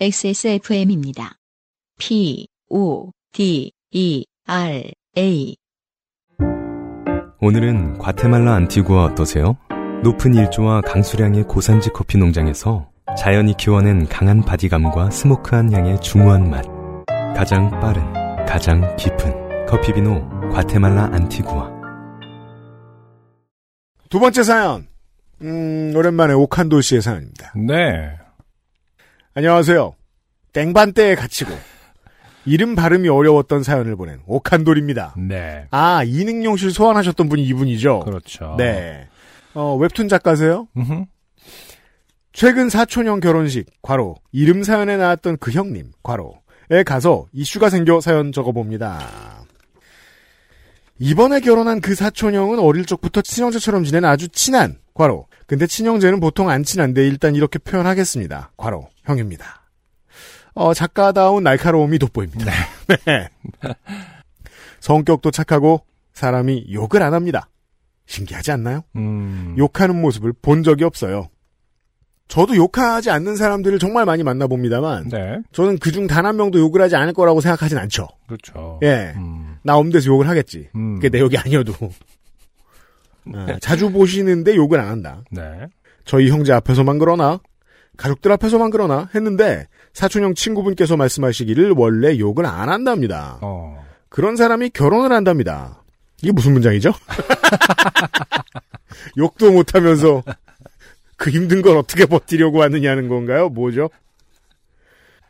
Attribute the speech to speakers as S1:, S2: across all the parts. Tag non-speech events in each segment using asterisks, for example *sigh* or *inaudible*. S1: XSFM입니다. P, O, D, E, R, A.
S2: 오늘은 과테말라 안티구아 어떠세요? 높은 일조와 강수량의 고산지 커피 농장에서 자연이 키워낸 강한 바디감과 스모크한 향의 중후한 맛. 가장 빠른, 가장 깊은 커피 비노 과테말라 안티구아.
S3: 두 번째 사연. 음, 오랜만에 오칸도 씨의 사연입니다.
S4: 네.
S3: 안녕하세요. 땡반대에 갇히고 이름 발음이 어려웠던 사연을 보낸 오칸돌입니다.
S4: 네.
S3: 아, 이능용실 소환하셨던 분이 이분이죠?
S4: 그렇죠.
S3: 어. 네. 어, 웹툰 작가세요?
S4: 음흠.
S3: 최근 사촌형 결혼식, 과로, 이름 사연에 나왔던 그 형님, 과로에 가서 이슈가 생겨 사연 적어봅니다. 이번에 결혼한 그 사촌형은 어릴 적부터 친형제처럼 지낸 아주 친한, 과로. 근데 친형제는 보통 안 친한데 일단 이렇게 표현하겠습니다. 과로, 형입니다. 어, 작가다운 날카로움이 돋보입니다. *laughs* 네. 성격도 착하고 사람이 욕을 안 합니다. 신기하지 않나요?
S4: 음.
S3: 욕하는 모습을 본 적이 없어요. 저도 욕하지 않는 사람들을 정말 많이 만나봅니다만,
S4: 네.
S3: 저는 그중 단 한 명도 욕을 하지 않을 거라고 생각하진 않죠.
S4: 그렇죠.
S3: 예.
S4: 음.
S3: 나 없는 데서 욕을 하겠지.
S4: 음.
S3: 그게 내 욕이
S4: *laughs*
S3: 아니어도. 어, 자주 보시는데 욕을 안 한다.
S4: 네.
S3: 저희 형제 앞에서만 그러나, 가족들 앞에서만 그러나 했는데, 사촌형 친구분께서 말씀하시기를 원래 욕을 안 한답니다.
S4: 어.
S3: 그런 사람이 결혼을 한답니다. 이게 무슨 문장이죠? *laughs* 욕도 못하면서 그 힘든 걸 어떻게 버티려고 하느냐는 건가요? 뭐죠?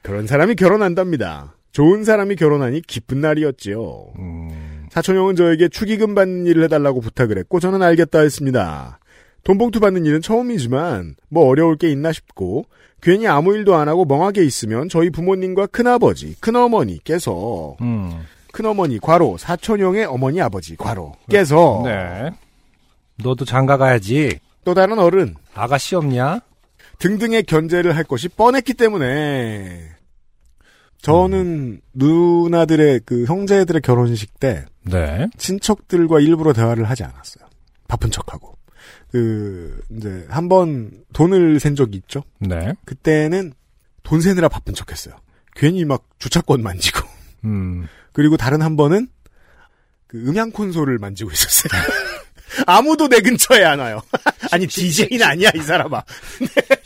S3: 그런 사람이 결혼한답니다. 좋은 사람이 결혼하니 기쁜 날이었지요.
S4: 음.
S3: 사촌형은 저에게 축의금 받는 일을 해달라고 부탁을 했고 저는 알겠다 했습니다. 돈봉투 받는 일은 처음이지만 뭐 어려울 게 있나 싶고 괜히 아무 일도 안 하고 멍하게 있으면 저희 부모님과 큰아버지, 큰어머니께서
S4: 음.
S3: 큰어머니 과로 사촌형의 어머니 아버지 과로께서
S4: 네. 너도 장가 가야지.
S3: 또 다른 어른
S4: 아가씨 없냐?
S3: 등등의 견제를 할 것이 뻔했기 때문에 저는 누나들의 그 형제들의 결혼식 때
S4: 네.
S3: 친척들과 일부러 대화를 하지 않았어요. 바쁜 척하고 그 이제 한 번 돈을 센 적이 있죠.
S4: 네.
S3: 그때는 돈 세느라 바쁜 척했어요. 괜히 막 주차권 만지고
S4: 음.
S3: 그리고 다른 한 번은 그 음향 콘솔을 만지고 있었어요. *laughs* 아무도 내 근처에 안 와요. *laughs* 아니 DJ는 아니야 이 사람아.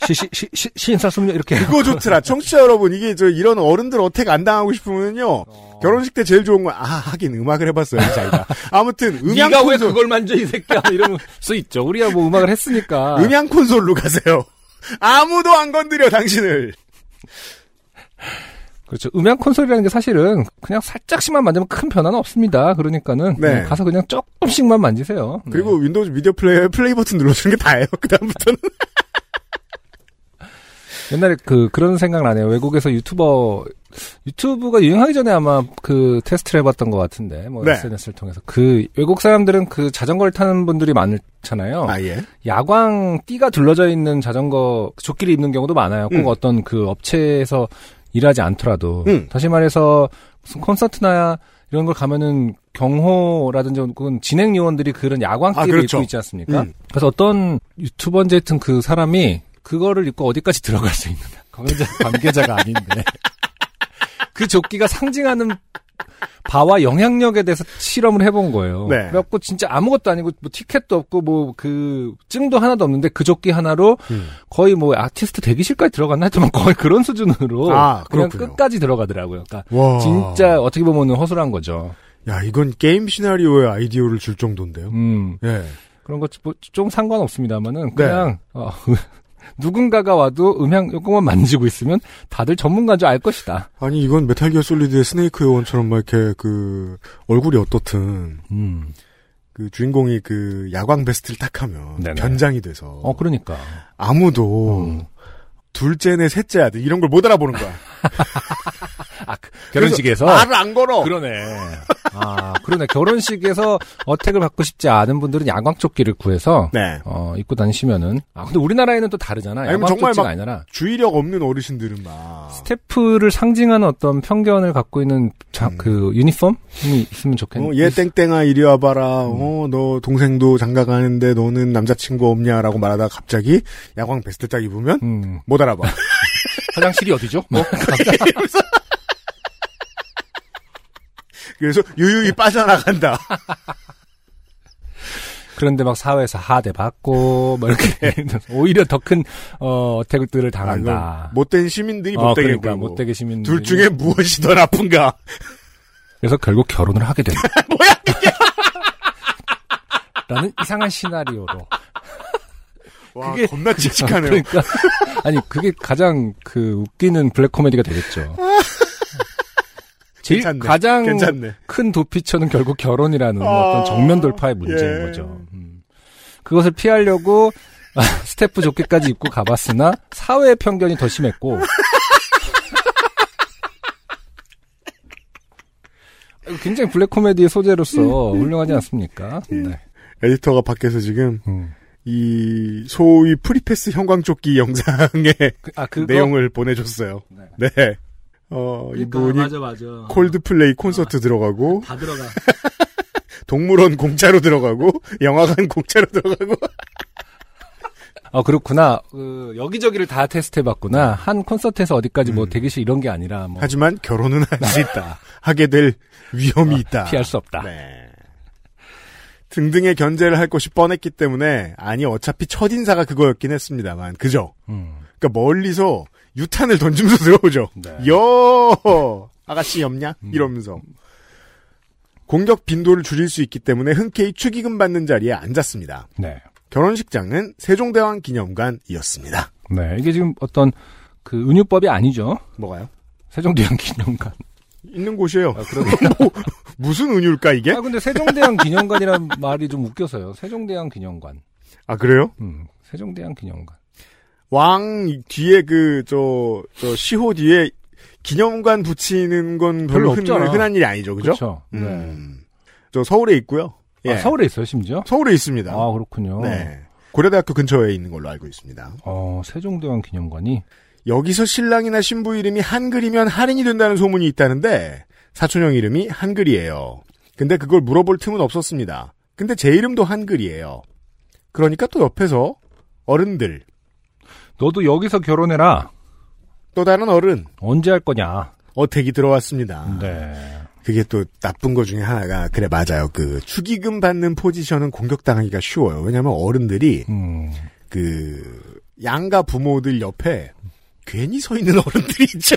S4: 시, 시, 시, 시, 신사숙녀 이렇게.
S3: 그거 좋더라. 청취자 여러분 이게 저 이런 어른들 어택 안 당하고 싶으면요
S4: 어.
S3: 결혼식 때 제일 좋은 건 아 하긴 음악을 해봤어요 자기가.
S4: *laughs*
S3: 아무튼 음향
S4: 네가 왜
S3: 콘솔
S4: 그걸 만져 이 새끼야 뭐 이러면 수 있죠. 우리야 뭐 음악을 했으니까.
S3: 음향 콘솔로 가세요. *laughs* 아무도 안 건드려 당신을.
S4: 그렇죠. 음향 콘솔이라는 게 사실은 그냥 살짝씩만 만지면 큰 변화는 없습니다. 그러니까는
S3: 네.
S4: 음, 가서 그냥 조금씩만 만지세요. 네.
S3: 그리고 윈도우즈 미디어 플레이어에 플레이 버튼 눌러주는 게 다예요. *laughs* 그다음부터는
S4: 옛날에 그 그런 생각 나네요. 외국에서 유튜버 유튜브가 유행하기 전에 아마 그 테스트를 해봤던 것 같은데 뭐
S3: 네.
S4: SNS를 통해서 그 외국 사람들은 그 자전거를 타는 분들이 많잖아요.
S3: 예.
S4: 야광 띠가 둘러져 있는 자전거 조끼를 입는 경우도 많아요. 꼭
S3: 음.
S4: 어떤 그 업체에서 일하지 않더라도
S3: 음.
S4: 다시 말해서 무슨 콘서트나 이런 걸 가면은 경호라든지 혹은 진행 요원들이 그런 야광
S3: 아,
S4: 띠를
S3: 그렇죠.
S4: 입고 있지
S3: *laughs*
S4: 않습니까?
S3: 음.
S4: 그래서 어떤 유튜버인지 하여튼 그 사람이 그거를 입고 어디까지 들어갈 수 있는 관계자,
S3: *laughs*
S4: 관계자가 아닌데 그 조끼가 상징하는 바와 영향력에 대해서 실험을 해본 거예요.
S3: 네.
S4: 그래갖고 진짜 아무것도 아니고 뭐 티켓도 없고 뭐 그 증도 하나도 없는데 그 조끼 하나로
S3: 음.
S4: 거의 뭐 아티스트 대기실까지 들어갔나 했지만 거의 그런 수준으로
S3: 아,
S4: 그냥
S3: 그렇군요.
S4: 끝까지 들어가더라고요. 그러니까
S3: 와.
S4: 진짜 어떻게 보면 허술한 거죠.
S3: 야 이건 게임 시나리오의 아이디어를 줄 정도인데요.
S4: 음.
S3: 예.
S4: 그런 것좀 상관없습니다만은
S3: 네.
S4: 그냥 어, *laughs* 누군가가 와도 음향 요것만 만지고 있으면 다들 전문가인 줄 알 것이다.
S3: 아니 이건 메탈 기어 솔리드의 스네이크 요원처럼 막 이렇게 그 얼굴이 어떻든
S4: 음.
S3: 그 주인공이 그 야광 베스트를 딱 하면
S4: 네네.
S3: 변장이 돼서
S4: 어 그러니까.
S3: 아무도
S4: 음.
S3: 둘째네 셋째 아들 이런 걸 못 알아보는 거야.
S4: 아 그-
S3: 그래서
S4: 결혼식에서
S3: 말을 안 걸어.
S4: 그러네. 아, 그러네. 결혼식에서 어택을 받고 싶지 않은 분들은 야광조끼를 구해서
S3: 네.
S4: 어, 입고 다니시면은 아, 근데 우리나라에는 또 다르잖아.
S3: 아니면 정말
S4: 야광조끼가
S3: 막-
S4: 아니라
S3: 주의력 없는 어르신들은 막
S4: 스태프를 상징하는 어떤 편견을 갖고 있는 자,
S3: 음.
S4: 그 유니폼이 있으면 좋겠네.
S3: 어, 얘 땡땡아 이리 와봐라.
S4: 음.
S3: 어, 너 동생도 장가 가는데 너는 남자친구 없냐라고 말하다가 갑자기 야광 베스트 딱 입으면
S4: 음.
S3: 못 알아봐. *laughs*
S4: 화장실이 어디죠? 뭐
S3: 그래서 유유히 빠져나간다.
S4: 그런데 막 사회에서 하대 받고 막
S3: 네.
S4: 이렇게 *laughs* 오히려 더 큰 어, 어택들을 당한다.
S3: 못된 아, 시민들이
S4: 어,
S3: 못되게
S4: 그러니까
S3: 보이고.
S4: 못되게 시민
S3: 둘 중에 무엇이 더 나쁜가?
S4: 그래서 결국 결혼을 하게 된다.
S3: *laughs* 뭐야?
S4: *laughs* 라는 이상한 시나리오로.
S3: 와,
S4: 그게-
S3: 겁나 칙칙하네요. *laughs*
S4: 그러니까 아니 그게 가장 그 웃기는 블랙 코미디가 되겠죠. 제일
S3: *laughs* 괜찮네.
S4: 가장
S3: 괜찮네.
S4: 큰 도피처는 결국 결혼이라는
S3: 아,
S4: 어떤 정면 돌파의 문제인
S3: 예.
S4: 거죠. 음. 그것을 피하려고 아, 스태프 조끼까지 입고 가봤으나 사회의 편견이 더 심했고 굉장히 블랙 코미디의 소재로서 훌륭하지 않습니까?
S3: 예.
S4: 네.
S3: 에디터가 밖에서 지금
S4: 음.
S3: 이 소위 프리패스 형광조끼 영상의
S4: 그- 아 그거
S3: 내용을 보내줬어요. 네. 어,
S5: 그러니까
S3: 이분이
S5: 맞아 맞아.
S3: 콜드플레이 콘서트 들어가고
S5: 다 들어가.
S3: 동물원 공짜로 들어가고 영화관 *laughs* 공짜로 들어가고
S4: 아 그렇구나. 그, 여기저기를 다 테스트해봤구나. 한 콘서트에서 어디까지 뭐 대기실 이런 게 아니라 뭐
S3: 음. 어. 하지만 결혼은 할 수 있다. 하게 될 위험이 있다.
S4: 아, 피할 수 없다.
S3: 네. 등등의 견제를 할 것이 뻔했기 때문에 아니 어차피 첫 인사가 그거였긴 했습니다만 그죠?
S4: 음.
S3: 그러니까 멀리서 유탄을 던지면서 *laughs* 들어오죠.
S4: 네.
S3: 여 아가씨 엽냐
S4: 음.
S3: 이러면서 공격 빈도를 줄일 수 있기 때문에 흔쾌히 축의금 받는 자리에 앉았습니다.
S4: 네.
S3: 결혼식장은 세종대왕 기념관이었습니다.
S4: 네. 이게 지금 어떤 그 은유법이 아니죠.
S3: 뭐가요?
S4: 세종대왕 기념관.
S3: 있는 곳이에요. 뭐, 무슨 은유일까 이게?
S4: *laughs* 아 근데 세종대왕 기념관이란 말이 좀 웃겨서요. 세종대왕 기념관.
S3: 아 그래요?
S4: 음. 세종대왕 기념관.
S3: 왕 뒤에 그 저 저 시호 뒤에 기념관 붙이는 건
S4: 별로
S3: 별로 흔,
S4: 없잖아.
S3: 흔한 일이 아니죠, 그죠?
S4: 그렇죠. 네.
S3: 음. 저 서울에 있고요. 예.
S4: 아, 서울에 있어요 심지어.
S3: 서울에 있습니다.
S4: 아 그렇군요.
S3: 네. 고려대학교 근처에 있는 걸로 알고 있습니다.
S4: 어 세종대왕 기념관이
S3: 여기서 신랑이나 신부 이름이 한글이면 할인이 된다는 소문이 있다는데 사촌형 이름이 한글이에요. 근데 그걸 물어볼 틈은 없었습니다. 근데 제 이름도 한글이에요. 그러니까 또 옆에서 어른들
S4: 너도 여기서 결혼해라.
S3: 또 다른 어른
S4: 언제 할 거냐.
S3: 어택이 들어왔습니다.
S4: 네.
S3: 그게 또 나쁜 거 중에 하나가 그래 맞아요. 그 축의금 받는 포지션은 공격당하기가 쉬워요. 왜냐하면 어른들이
S4: 음.
S3: 그 양가 부모들 옆에 괜히 서 있는 어른들이 있죠.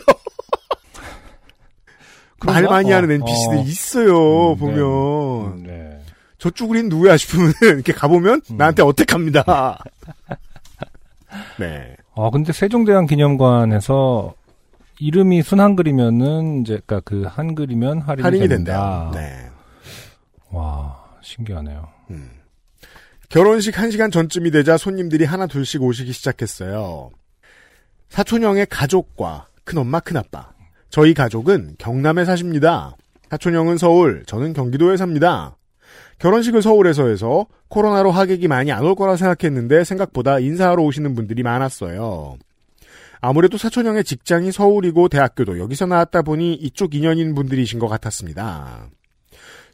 S3: 말
S4: *laughs* 그런가?
S3: 많이
S4: 어,
S3: 하는
S4: 어.
S3: NPC들 이 있어요.
S4: 음, 음.
S3: 보면
S4: 네.
S3: 저쪽 우린 누구야 싶으면 *laughs* 이렇게 가보면 나한테
S4: *laughs*
S3: 어택합니다. 네.
S4: 아, 근데 세종대왕 기념관에서 이름이 순한글이면은 이제 그러니까 그 한글이면 할인이,
S3: 할인이
S4: 된다.
S3: 된다. 네.
S4: 와, 신기하네요.
S3: 결혼식 1시간 전쯤이 되자 손님들이 하나 둘씩 오시기 시작했어요. 사촌형의 가족과 큰엄마 큰아빠. 저희 가족은 경남에 사십니다. 사촌형은 서울, 저는 경기도에 삽니다. 결혼식을 서울에서 해서 코로나로 하객이 많이 안 올 거라 생각했는데 생각보다 인사하러 오시는 분들이 많았어요. 아무래도 사촌형의 직장이 서울이고 대학교도 여기서 나왔다 보니 이쪽 인연인 분들이신 것 같았습니다.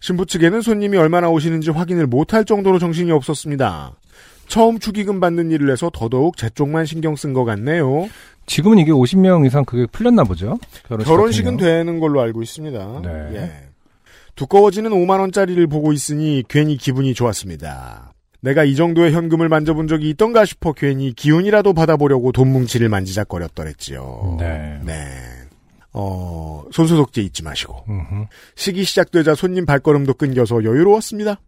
S3: 신부 측에는 손님이 얼마나 오시는지 확인을 못할 정도로 정신이 없었습니다. 처음 축의금 받는 일을 해서 더더욱 제 쪽만 신경 쓴 것 같네요.
S4: 지금은 이게 50명 이상 그게 풀렸나 보죠? 결혼식
S3: 결혼식은
S4: 같은
S3: 되는 걸로 알고 있습니다.
S4: 네.
S3: 예. 두꺼워지는 5만 원짜리를 보고 있으니 괜히 기분이 좋았습니다. 내가 이 정도의 현금을 만져본 적이 있던가 싶어 괜히 기운이라도 받아보려고 돈 뭉치를 만지작거렸더랬지요.
S4: 경우. 네.
S3: 네. 어, 손소독제 잊지 마시고.
S4: 음흠.
S3: 식이 시작되자 손님 발걸음도 끊겨서 여유로웠습니다.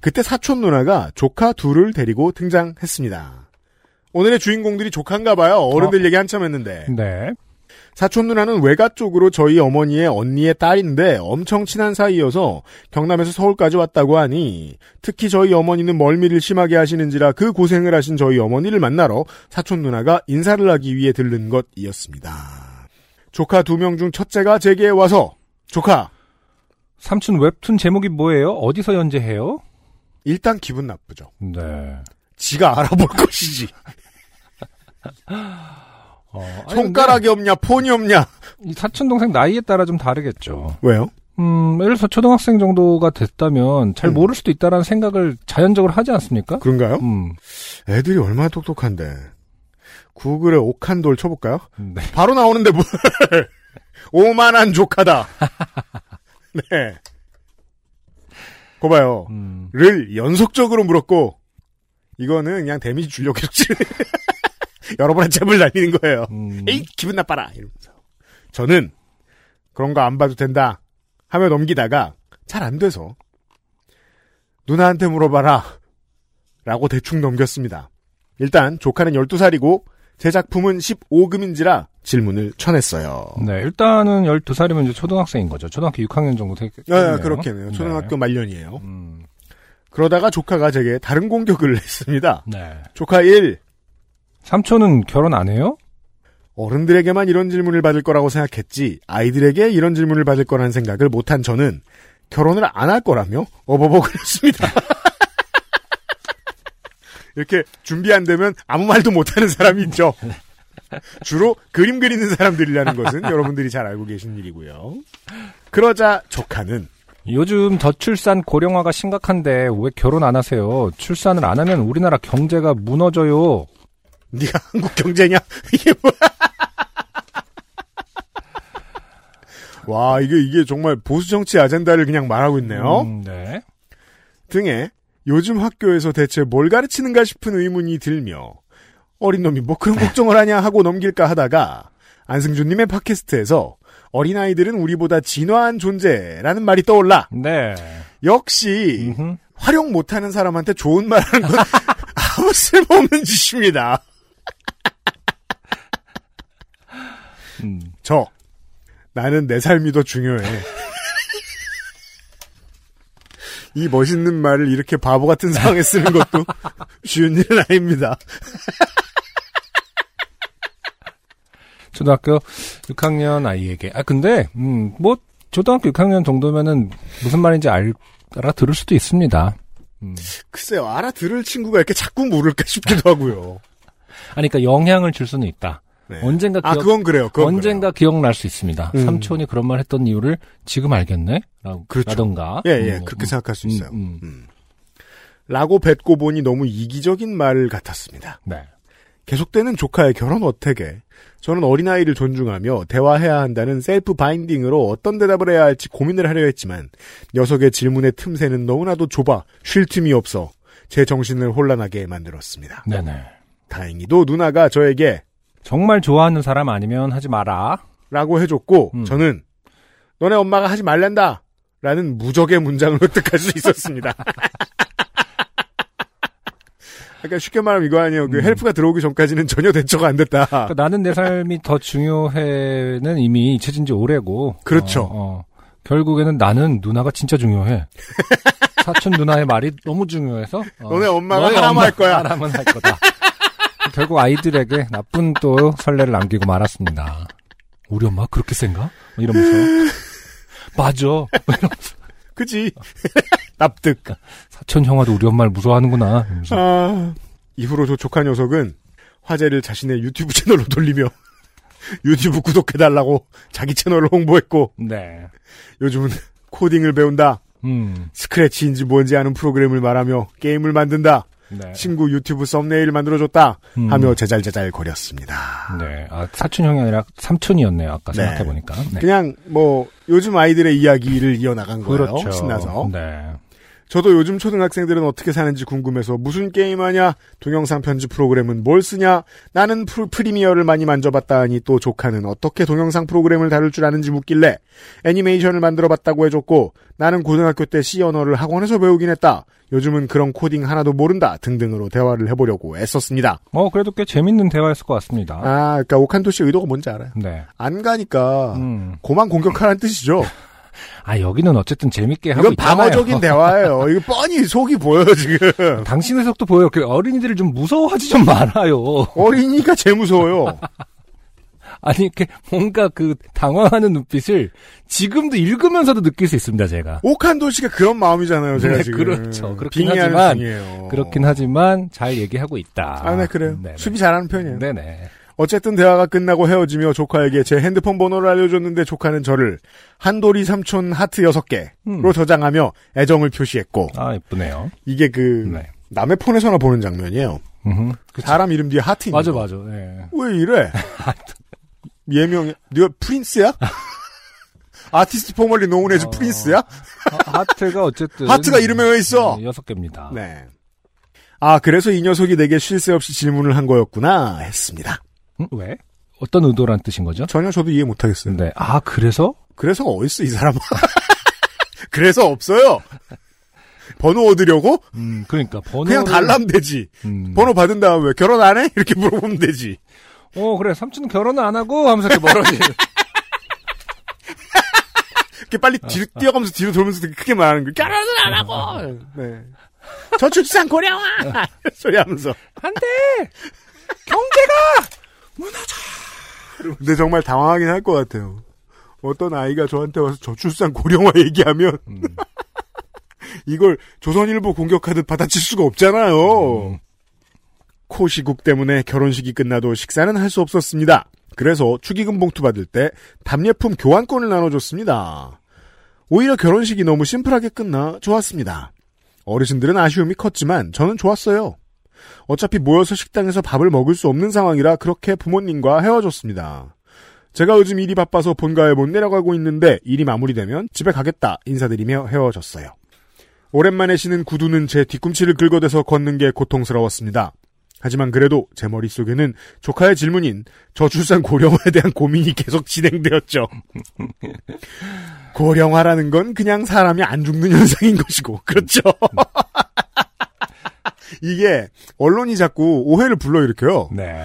S3: 그때 사촌 누나가 조카 둘을 데리고 등장했습니다. 오늘의 주인공들이 조카인가 봐요. 어른들 얘기 한참 했는데.
S4: 네.
S3: 사촌 누나는 외가 쪽으로 저희 어머니의 언니의 딸인데 엄청 친한 사이여서 경남에서 서울까지 왔다고 하니 특히 저희 어머니는 멀미를 심하게 하시는지라 그 고생을 하신 저희 어머니를 만나러 사촌 누나가 인사를 하기 위해 들른 것이었습니다. 조카 두 명 중 첫째가 제게 와서 조카
S4: 삼촌 웹툰 제목이 뭐예요? 어디서 연재해요?
S3: 일단 기분 나쁘죠.
S4: 네.
S3: 지가 알아볼 것이지.
S4: 어, 아니,
S3: 손가락이 없냐, 폰이 없냐.
S4: 근데 이 사촌 동생 나이에 따라 좀 다르겠죠.
S3: 왜요?
S4: 음, 예를 들어서 초등학생 정도가 됐다면 잘
S3: 음.
S4: 모를 수도 있다라는 생각을 자연적으로 하지 않습니까?
S3: 그런가요?
S4: 음.
S3: 애들이 얼마나 똑똑한데. 구글에 옥한돌 쳐볼까요?
S4: 네.
S3: 바로 나오는데 뭘. 오만한 조카다. 네. 그 봐요.
S4: 음,
S3: 를 연속적으로 물었고, 이거는 그냥 데미지 *laughs* 주려고 계속 치 여러 번의 잽을 날리는 거예요.
S4: 음,
S3: 에이, 기분 나빠라! 이러면서. 저는 그런 거 안 봐도 된다 하며 넘기다가 잘 안 돼서 누나한테 물어봐라 라고 대충 넘겼습니다. 일단 조카는 12살이고 제 작품은 15금인지라 질문을 쳐냈어요.
S4: 네, 일단은 12살이면 이제 초등학생인 거죠. 초등학교 6학년 정도 되겠
S3: 네, 그렇겠네요. 초등학교 말년이에요.
S4: 음,
S3: 그러다가 조카가 제게 다른 공격을 했습니다.
S4: 네.
S3: 조카 1.
S4: 삼촌은 결혼 안 해요?
S3: 어른들에게만 이런 질문을 받을 거라고 생각했지 아이들에게 이런 질문을 받을 거라는 생각을 못한 저는 결혼을 안 할 거라며 어버버을 했습니다. *laughs* 이렇게 준비 안 되면 아무 말도 못하는 사람이 있죠. 주로 그림 그리는 사람들이라는 것은 여러분들이 잘 알고 계신 일이고요. 그러자 조카는
S4: 요즘 저출산 고령화가 심각한데 왜 결혼 안 하세요? 출산을 안 하면 우리나라 경제가 무너져요.
S3: 네가 한국 경제냐 *laughs* 이게 뭐야? 와 이게 이게 정말 보수 정치 아젠다를 그냥 말하고 있네요.
S4: 음, 네.
S3: 등에 요즘 학교에서 대체 뭘 가르치는가 싶은 의문이 들며 어린 놈이 뭐 그런 걱정을 하냐 하고 넘길까 하다가 안승준님의 팟캐스트에서 어린아이들은 우리보다 진화한 존재라는 말이 떠올라
S4: 네.
S3: 역시
S4: 음흠.
S3: 활용 못하는 사람한테 좋은 말 하는
S4: *laughs*
S3: 건 아무 쓸모없는 짓입니다.
S4: 음.
S3: 저 나는 내 삶이 더 중요해. 이 멋있는 말을 이렇게 바보 같은 상황에 쓰는 것도 쉬운 일은 아닙니다.
S4: 초등학교 6학년 아이에게. 아, 근데, 음, 뭐, 초등학교 6학년 정도면은 무슨 말인지 알, 알아들을 수도 있습니다. 음.
S3: 글쎄요, 알아들을 친구가 이렇게 자꾸 모를까 싶기도 하고요.
S4: 아니, 그러니까 영향을 줄 수는 있다.
S3: 네.
S4: 언젠가
S3: 아,
S4: 기억,
S3: 그건 그래요. 그건
S4: 언젠가 기억날 수 있습니다.
S3: 음.
S4: 삼촌이 그런 말 했던 이유를 지금 알겠네? 라고,
S3: 그렇죠.
S4: 라던가.
S3: 그래요. 예, 예,
S4: 음,
S3: 그렇게
S4: 음,
S3: 생각할 수
S4: 음,
S3: 있어요.
S4: 음.
S3: 라고 뱉고 보니 너무 이기적인 말 같았습니다.
S4: 네.
S3: 계속되는 조카의 결혼 어택에 저는 어린아이를 존중하며 대화해야 한다는 셀프 바인딩으로 어떤 대답을 해야 할지 고민을 하려 했지만 녀석의 질문의 틈새는 너무나도 좁아 쉴 틈이 없어 제 정신을 혼란하게 만들었습니다.
S4: 네네.
S3: 다행히도 누나가 저에게
S4: 정말 좋아하는 사람 아니면 하지 마라.
S3: 라고 해줬고
S4: 음.
S3: 저는 너네 엄마가 하지 말란다 라는 무적의 문장을 획득할 수 있었습니다. *laughs* 그러니까 쉽게 말하면 이거 아니에요. 그
S4: 음.
S3: 헬프가 들어오기 전까지는 전혀 대처가 안 됐다.
S4: 그러니까 나는 내 삶이 더 중요해는 이미 잊혀진 지 오래고.
S3: *laughs* 그렇죠.
S4: 어, 어. 결국에는 나는 누나가
S3: *laughs*
S4: 진짜 중요해. 사촌 누나의 말이 너무 중요해서. 어,
S3: 너네 엄마가
S4: 너의
S3: 하라면
S4: 엄마-
S3: 할 거야.
S4: 하라면 할 거다. 결국 아이들에게 나쁜 또 설레를 남기고 말았습니다. 우리 엄마 그렇게 센가? 이러면서. 맞아. 이러면서.
S3: 그지? *laughs* 납득.
S4: 사촌 형아도 우리 엄마를 무서워하는구나. 이러면서.
S3: 아, 이후로 조촉한 녀석은 화제를 자신의 유튜브 채널로 돌리며 *laughs* 유튜브 구독해달라고 자기 채널을 홍보했고
S4: 네.
S3: 요즘은 코딩을 배운다.
S4: 음.
S3: 스크래치인지 뭔지 아는 프로그램을 말하며 게임을 만든다.
S4: 네.
S3: 친구 유튜브 썸네일 만들어줬다.
S4: 음.
S3: 하며 제잘제잘 거렸습니다.
S4: 네. 아, 사촌 형이 아니라 삼촌이었네요. 아까
S3: 네.
S4: 생각해보니까. 네.
S3: 그냥 뭐 요즘 아이들의 이야기를 이어나간 거예요. 신나서.
S4: 그렇죠. 네.
S3: 저도 요즘 초등학생들은 어떻게 사는지 궁금해서 무슨 게임하냐, 동영상 편집 프로그램은 뭘 쓰냐, 나는 프리미어를 많이 만져봤다 하니 또 조카는 어떻게 동영상 프로그램을 다룰 줄 아는지 묻길래 애니메이션을 만들어봤다고 해줬고 나는 고등학교 때 C 언어를 학원에서 배우긴 했다. 요즘은 그런 코딩 하나도 모른다 등등으로 대화를 해보려고 애썼습니다.
S4: 어, 그래도 꽤 재밌는 대화였을 것 같습니다.
S3: 아, 그러니까 오칸도 씨 의도가 뭔지 알아요.
S4: 네.
S3: 안 가니까
S4: 음.
S3: 고만 공격하라는 뜻이죠.
S4: 아, 여기는 어쨌든 재밌게 *laughs* 하고
S3: 이건
S4: 있잖아요.
S3: 방어적인 대화예요. 이거 뻔히 속이 보여요 지금.
S4: *laughs* 당신의 속도 보여. 그 어린이들을 좀 무서워하지 좀 말아요. *laughs*
S3: 어린이가 제일 무서워요.
S4: 아니, 이렇게 뭔가 그 당황하는 눈빛을 지금도 읽으면서도 느낄 수 있습니다, 제가.
S3: 오칸도 씨가 그런 마음이잖아요, 제가
S4: 네,
S3: 지금.
S4: 그렇죠. 그렇긴
S3: 빙의하는
S4: 하지만,
S3: 중이에요.
S4: 그렇긴 하지만 잘 얘기하고 있다.
S3: 어. 아, 네, 그래요.
S4: 네네.
S3: 수비 잘하는 편이에요.
S4: 네네.
S3: 어쨌든 대화가 끝나고 헤어지며 조카에게 제 핸드폰 번호를 알려줬는데 조카는 저를 한돌이 삼촌 하트 6개로
S4: 음.
S3: 저장하며 애정을 표시했고,
S4: 아, 예쁘네요.
S3: 이게 그,
S4: 네.
S3: 남의 폰에서나 보는 장면이에요.
S4: 음흠. 그쵸.
S3: 사람 이름 뒤에 하트 있는
S4: 맞아,
S3: 거.
S4: 맞아. 예.
S3: 왜
S4: *laughs*
S3: 이래? 예명, 네가 프린스야? 아티스트 포멀리 노은에서
S4: 어.
S3: 프린스야?
S4: 하-
S3: *laughs*
S4: 하트가 어쨌든.
S3: 하트가 이름에 왜 있어?
S4: 네, 여섯 개입니다.
S3: 네. 아, 그래서 이 녀석이 내게 쉴 새 없이 질문을 한 거였구나 했습니다.
S4: 음, 왜? 어떤 의도란 뜻인 거죠?
S3: 전혀 저도 이해 못하겠어요.
S4: 네. 아, 그래서?
S3: 그래서 어딨어, 이 사람아. *laughs* 그래서 없어요. 번호 얻으려고?
S4: 음, 그러니까 번호.
S3: 그냥 달라면 되지.
S4: 음.
S3: 번호 받은 다음에 결혼 안 해? 이렇게 물어보면 되지.
S4: 어, 그래. 삼촌은 결혼 안 하고 하면서
S3: *laughs*
S4: 이렇게 멀어지.
S3: 네. 이렇게 빨리 뒤로 뛰어가면서 뒤로 돌면서 되게 크게 말하는 거. 결혼은 안
S4: 어.
S3: 하고! 네. 저출산 고령화! *laughs* 소리 하면서.
S4: 안 돼! 경제가!
S3: 근데 정말 당황하긴 할 것 같아요. 어떤 아이가 저한테 와서 저출산 고령화 *laughs* 얘기하면
S4: 음.
S3: 이걸 조선일보 공격하듯 받아칠 수가 없잖아요. 코 시국 때문에 결혼식이 끝나도 식사는 할 수 없었습니다. 그래서 축의금 봉투 받을 때 답례품 교환권을 나눠줬습니다. 오히려 결혼식이 너무 심플하게 끝나 좋았습니다. 어르신들은 아쉬움이 컸지만 저는 좋았어요. 어차피 모여서 식당에서 밥을 먹을 수 없는 상황이라 그렇게 부모님과 헤어졌습니다. 제가 요즘 일이 바빠서 본가에 못 내려가고 있는데 일이 마무리되면 집에 가겠다 인사드리며 헤어졌어요. 오랜만에 신은 구두는 제 뒤꿈치를 긁어대서 걷는 게 고통스러웠습니다. 하지만 그래도 제 머릿속에는 조카의 질문인 저출산 고령화에 대한 고민이 계속 진행되었죠. 고령화라는 건 그냥 사람이 안 죽는 현상인 것이고, 그렇죠. *laughs* 이게 언론이 자꾸 오해를 불러일으켜요.
S4: 네.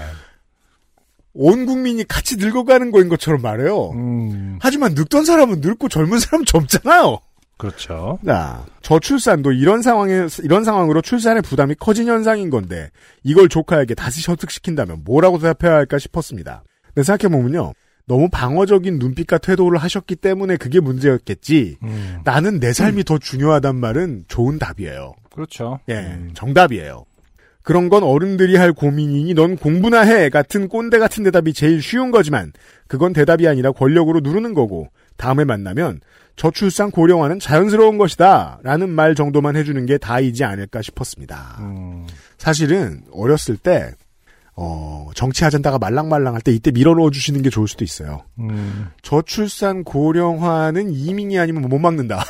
S3: 온 국민이 같이 늙어가는 거인 것처럼 말해요.
S4: 음,
S3: 하지만 늙던 사람은 늙고 젊은 사람은 젊잖아요.
S4: 그렇죠.
S3: 자, 아, 저출산도 이런 상황에 이런 상황으로 출산의 부담이 커진 현상인 건데 이걸 조카에게 다시 설득시킨다면 뭐라고 대답해야 할까 싶었습니다. 근데 생각해 보면요. 너무 방어적인 눈빛과 태도를 하셨기 때문에 그게 문제였겠지.
S4: 음,
S3: 나는 내 삶이 더 중요하단 말은 좋은 답이에요.
S4: 그렇죠.
S3: 예,
S4: 음,
S3: 정답이에요. 그런 건 어른들이 할 고민이니 넌 공부나 해 같은 꼰대 같은 대답이 제일 쉬운 거지만 그건 대답이 아니라 권력으로 누르는 거고 다음에 만나면 저출산 고령화는 자연스러운 것이다 라는 말 정도만 해주는 게 다이지 않을까 싶었습니다.
S4: 음,
S3: 사실은 어렸을 때 어, 정치 아젠다가 말랑말랑할 때 이때 밀어 넣어 주시는 게 좋을 수도 있어요.
S4: 음,
S3: 저출산 고령화는 이민이 아니면 못 막는다.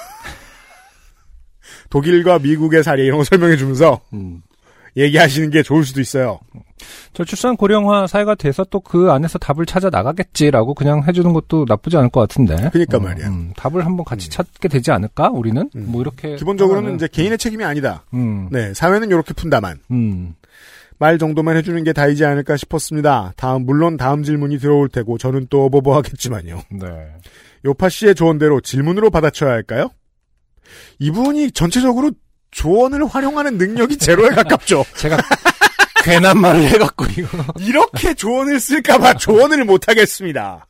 S3: *laughs* 독일과 미국의 사례 이런 거 설명해 주면서
S4: 음.
S3: 얘기하시는 게 좋을 수도 있어요.
S4: 저출산 고령화 사회가 돼서 또 그 안에서 답을 찾아 나가겠지라고 그냥 해주는 것도 나쁘지 않을 것 같은데.
S3: 그러니까 말이야.
S4: 음, 답을 한번 같이 찾게 되지 않을까? 우리는
S3: 음.
S4: 뭐 이렇게
S3: 기본적으로는
S4: 하면은-
S3: 이제 개인의 책임이 아니다.
S4: 음,
S3: 네, 사회는 이렇게 푼다만
S4: 음,
S3: 말 정도만 해주는 게 다이지 않을까 싶었습니다. 다음 물론 다음 질문이 들어올 테고 저는 또 버버하겠지만요.
S4: 네.
S3: 요파 씨의 조언대로 질문으로 받아쳐야 할까요? 이분이 전체적으로 조언을 활용하는 능력이 제로에
S4: *laughs*
S3: 가깝죠. *laughs*
S4: 제가 괜한 말을 해갖고 이거.
S3: 이렇게 조언을 쓸까봐 조언을 못하겠습니다.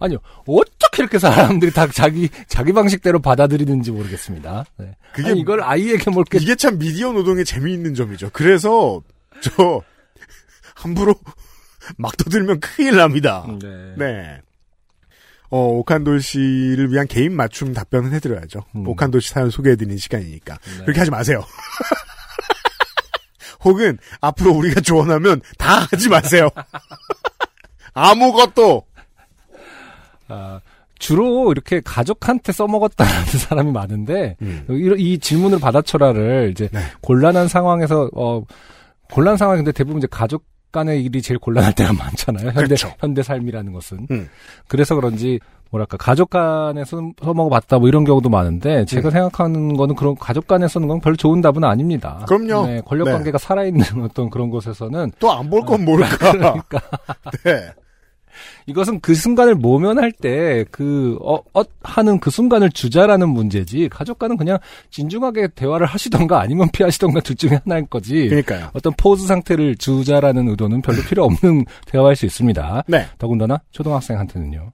S4: 아니요. 어떻게 이렇게 사람들이 다 자기 자기 방식대로 받아들이는지 모르겠습니다. 네.
S3: 그게
S4: 아니, 이걸 아이에게 뭘게
S3: 이게 참 미디어 노동의 재미있는 점이죠. 그래서 저 함부로 *laughs* 막 떠들면 큰일 납니다.
S4: 네.
S3: 네. 어, 오칸돌 씨를 위한 개인 맞춤 답변은 해드려야죠.
S4: 음.
S3: 오칸돌 씨 사연 소개해드리는 시간이니까.
S4: 네.
S3: 그렇게 하지 마세요. *laughs* 혹은 앞으로 우리가 조언하면 다 하지 마세요. *laughs* 아무것도.
S4: 아, 주로 이렇게 가족한테 써먹었다라는 *laughs* 사람이 많은데 이런- 이 질문을 받아쳐라를 이제
S3: 음. 네.
S4: 곤란한 상황에서 어 곤란 상황인데 대부분 이제 가족 간의 일이 제일 곤란할 때가 *laughs* 많잖아요. 현대
S3: 그렇죠.
S4: 현대 삶이라는 것은
S3: 음.
S4: 그래서 그런지 뭐랄까 가족 간에 써, 써먹어봤다 뭐 이런 경우도 많은데
S3: 음.
S4: 제가 생각하는 거는 그런 가족 간에 쓰는 건 별로 좋은 답은 아닙니다.
S3: 그럼요.
S4: 네, 권력
S3: 네.
S4: 관계가 살아있는 *laughs* 어떤
S3: *laughs*
S4: 그런 곳에서는
S3: 또 안 볼 건
S4: *laughs*
S3: 모를까.
S4: 그러니까
S3: 네.
S4: 이것은 그 순간을 모면할 때, 그, 어, 엇 하는 그 순간을 주자라는 문제지, 가족과는 그냥 진중하게 대화를 하시던가 아니면 피하시던가 둘 중에 하나일 거지,
S3: 그러니까요.
S4: 어떤 포즈 상태를 주자라는 의도는 별로 필요 없는 *laughs* 대화일 수 있습니다.
S3: 네.
S4: 더군다나 초등학생한테는요.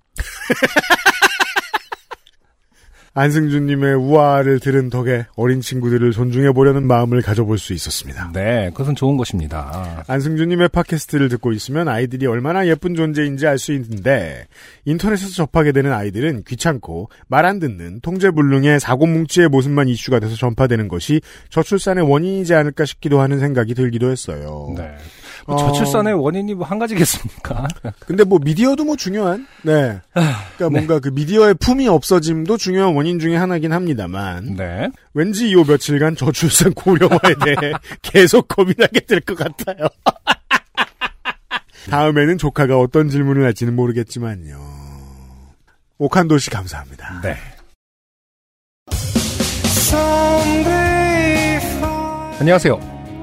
S3: 안승준님의 우아를 들은 덕에 어린 친구들을 존중해보려는 마음을 가져볼 수 있었습니다.
S4: 네, 그것은 좋은 것입니다.
S3: 안승준님의 팟캐스트를 듣고 있으면 아이들이 얼마나 예쁜 존재인지 알 수 있는데 인터넷에서 접하게 되는 아이들은 귀찮고 말 안 듣는 통제불능의 사고뭉치의 모습만 이슈가 돼서 전파되는 것이 저출산의 원인이지 않을까 싶기도 하는 생각이 들기도 했어요.
S4: 네. 뭐 저출산의 원인이 뭐 한 가지겠습니까?
S3: 근데 뭐 미디어도 뭐 중요한 네.
S4: 아,
S3: 그러니까 뭔가 그 미디어의 품이 없어짐도 중요한 원인 중에 하나긴 합니다만
S4: 네.
S3: 왠지 요 며칠간 저출산 고령화에 대해 *laughs* 계속 고민하게 될 것 같아요. *laughs* 다음에는 조카가 어떤 질문을 할지는 모르겠지만요. 오칸도 씨 감사합니다.
S4: 네. 안녕하세요.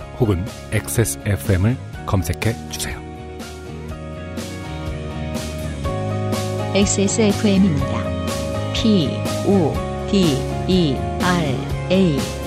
S4: 혹은 XSFM을 검색해 주세요.
S1: XSFM입니다. P, O, D, E, R, A.